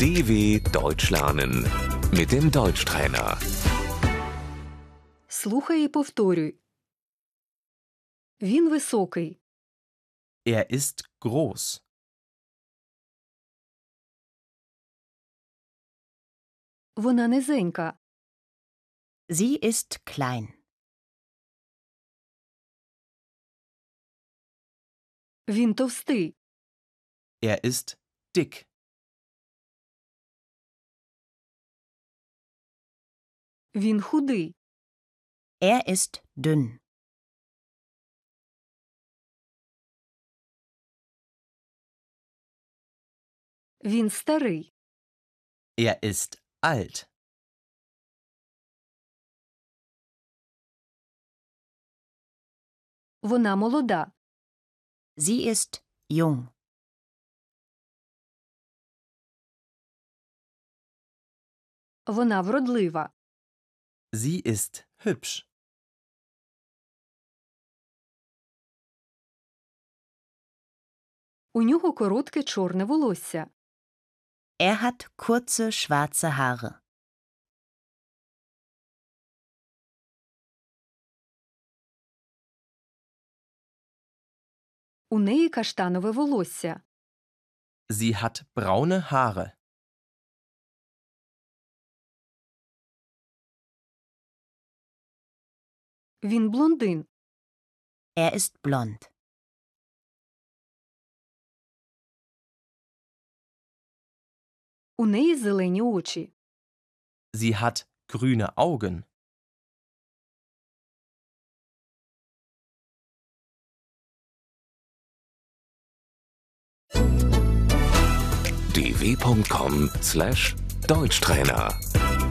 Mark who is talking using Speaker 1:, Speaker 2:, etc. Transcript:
Speaker 1: DW Deutsch lernen mit dem Deutschtrainer.
Speaker 2: Слухай і повторюй. Він високий.
Speaker 3: Er ist groß.
Speaker 2: Вона низенька.
Speaker 4: Sie ist klein.
Speaker 2: Він товстий.
Speaker 3: Er ist dick.
Speaker 2: Він худий.
Speaker 4: Er ist dünn.
Speaker 2: Він старий.
Speaker 3: Er ist alt.
Speaker 2: Вона молода.
Speaker 4: Sie ist jung.
Speaker 2: Вона вродлива.
Speaker 3: Sie ist hübsch.
Speaker 2: У нього коротке чорне волосся.
Speaker 4: Er hat kurze schwarze Haare.
Speaker 2: У неї каштанове волосся.
Speaker 3: Sie hat braune Haare.
Speaker 2: Він блондин.
Speaker 4: Er ist blond.
Speaker 2: У неї зелені очі.
Speaker 3: Sie hat grüne Augen.
Speaker 1: dw.com/deutschtrainer